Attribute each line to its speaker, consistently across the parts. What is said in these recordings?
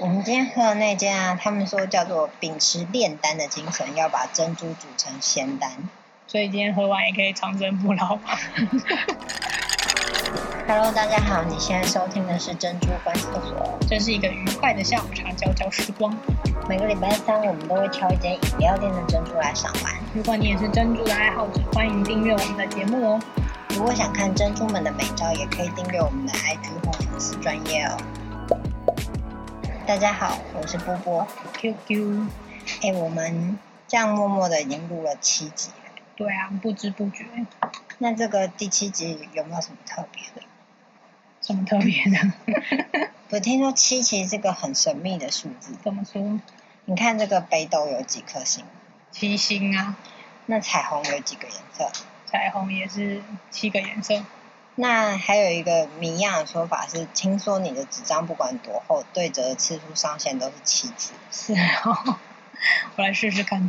Speaker 1: 我们今天喝的那间啊，他们说叫做秉持炼丹的精神，要把珍珠煮成仙丹。
Speaker 2: 所以今天喝完也可以长生不老 吧。
Speaker 1: Hello，大家好，你现在收听的是珍珠观厕所。
Speaker 2: 真是一个愉快的下午茶交交时光。
Speaker 1: 每个礼拜三我们都会挑一间饮料店的珍珠来赏玩。
Speaker 2: 如果你也是珍珠的爱好者，欢迎订阅我们的节目哦。
Speaker 1: 如果想看珍珠们的美照，也可以订阅我们的 IG 或粉丝专业哦。大家好，我是波波。
Speaker 2: QQ，
Speaker 1: 哎、我们这样默默的已经录了七集了，
Speaker 2: 对啊，不知不觉，
Speaker 1: 那这个第七集有没有什么特别的？
Speaker 2: 什么特别的？
Speaker 1: 我听说七其实是个很神秘的数字，
Speaker 2: 怎么说？
Speaker 1: 你看这个北斗有几颗星，
Speaker 2: 七星啊，
Speaker 1: 那彩虹有几个颜色？
Speaker 2: 彩虹也是七个颜色。
Speaker 1: 那还有一个谜样的说法是，听说你的纸张不管多厚，对折的次数上限都是七次，
Speaker 2: 是哦， 我来试试看。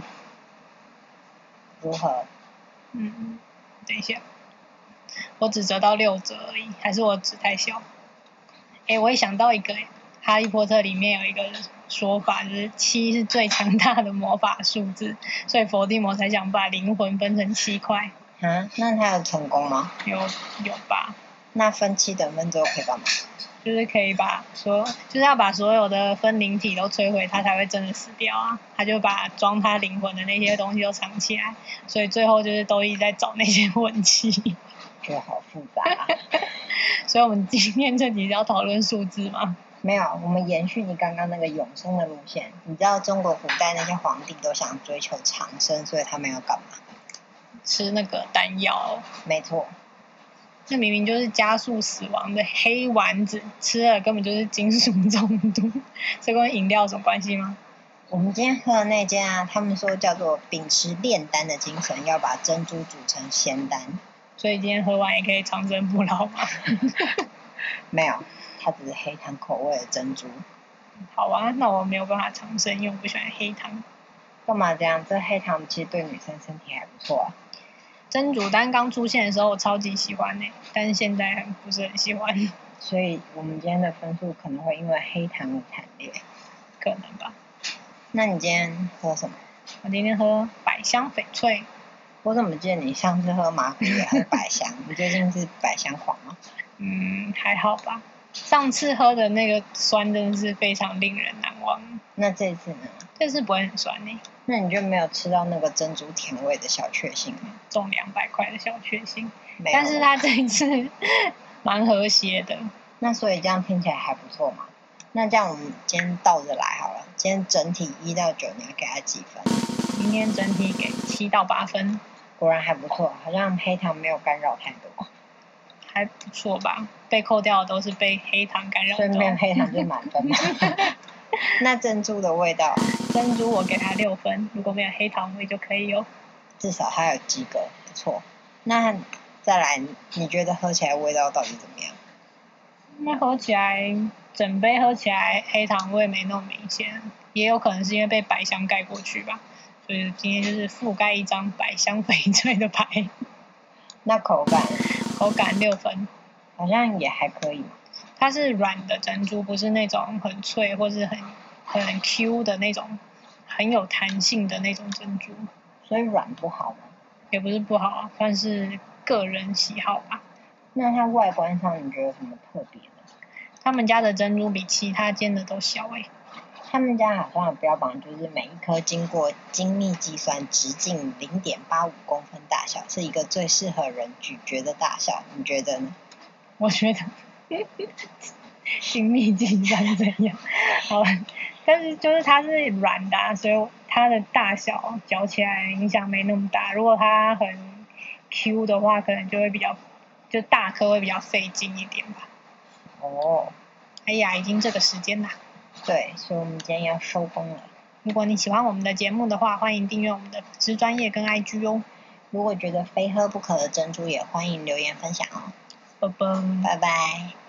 Speaker 1: 如何？
Speaker 2: 嗯，等一下，我只折到六折而已，还是我纸太小？哎，我也想到一个，诶《哈利波特》里面有一个说法，就是七是最强大的魔法数字，所以伏地魔才想把灵魂分成七块，
Speaker 1: 啊？那他有成功吗？
Speaker 2: 有有吧？
Speaker 1: 那分七等分之后可以干嘛？
Speaker 2: 就是可以把所，就是要把所有的分灵体都摧毁，他才会真的死掉啊！他就把装他灵魂的那些东西都藏起来，所以最后就是都一直在找那些魂器。
Speaker 1: 觉得好复杂、啊。
Speaker 2: 所以我们今天这集是要讨论数字吗？
Speaker 1: 没有，我们延续你刚刚那个永生的路线。你知道中国古代那些皇帝都想追求长生，所以他们要干嘛？
Speaker 2: 吃那个丹药，
Speaker 1: 没错，
Speaker 2: 这明明就是加速死亡的黑丸子，吃了根本就是金属中毒，这跟饮料有什么关系吗？
Speaker 1: 我们今天喝的那间啊，他们说叫做秉持炼丹的精神，要把珍珠煮成仙丹。
Speaker 2: 所以今天喝完也可以长生不老吗？
Speaker 1: 没有，它只是黑糖口味的珍珠。
Speaker 2: 好啊，那我没有办法长生，因为我不喜欢黑糖。
Speaker 1: 干嘛这样？这黑糖其实对女生身体还不错啊。
Speaker 2: 蒸煮丹刚出现的时候，我超级喜欢呢、但是现在不是很喜欢，
Speaker 1: 所以我们今天的分数可能会因为黑糖而惨烈。
Speaker 2: 可能吧。
Speaker 1: 那你今天喝什么？
Speaker 2: 我今天喝百香翡翠，
Speaker 1: 我怎么记得你上次喝麻古也喝百香？你最近是百香狂吗？
Speaker 2: 嗯，还好吧。上次喝的那个酸真的是非常令人难忘，
Speaker 1: 那这一次呢？
Speaker 2: 这次不会很酸欸呢、
Speaker 1: 那你就没有吃到那个珍珠甜味的小确幸吗？
Speaker 2: 中两百块的小确幸。
Speaker 1: 没有。
Speaker 2: 但是它这一次蛮和谐的，
Speaker 1: 那所以这样听起来还不错嘛。那这样我们今天倒着来好了。今天整体一到九，你要给它几分？
Speaker 2: 明天整体给七到八分，
Speaker 1: 果然还不错，啊好像黑糖没有干扰太多，
Speaker 2: 还不错吧？被扣掉的都是被黑糖干扰
Speaker 1: 所以没有
Speaker 2: 的。
Speaker 1: 黑糖就满分嘛。 那珍珠的味道，
Speaker 2: 珍珠我给它六分，如果没有黑糖味就可以哦。
Speaker 1: 至少它有及格，不错。那再来，你觉得喝起来味道到底怎么样？
Speaker 2: 那喝起来，整杯喝起来黑糖味没那么明显，也有可能是因为被百香盖过去吧。所以今天就是覆盖一张百香翡翠的牌，
Speaker 1: 那口感
Speaker 2: 口感六分。
Speaker 1: 好像也还可以嘛。
Speaker 2: 它是软的珍珠，不是那种很脆或是很很 Q 的那种，很有弹性的那种珍珠，
Speaker 1: 所以软不好嘛。
Speaker 2: 也不是不好啊，算是个人喜好吧。
Speaker 1: 那它外观上你觉得有什么特别的？
Speaker 2: 他们家的珍珠比其他间的都小欸诶、
Speaker 1: 他们家好像有标榜，就是每一颗经过精密计算，直径零点八五公分大小，是一个最适合人咀嚼的大小。你觉得呢？
Speaker 2: 我觉得 精密计算怎样？好吧，但是就是它是软的啊、所以它的大小嚼起来影响没那么大。如果它很 Q 的话，可能就会比较就大颗会比较费劲一点吧。
Speaker 1: 哦，
Speaker 2: 哎呀，已经这个时间啦。
Speaker 1: 对，所以我们今天要收工了。
Speaker 2: 如果你喜欢我们的节目的话，欢迎订阅我们的粉丝专业跟 IG 哦。
Speaker 1: 如果觉得非喝不可的珍珠，也欢迎留言分享哦。
Speaker 2: 拜拜。
Speaker 1: 拜拜。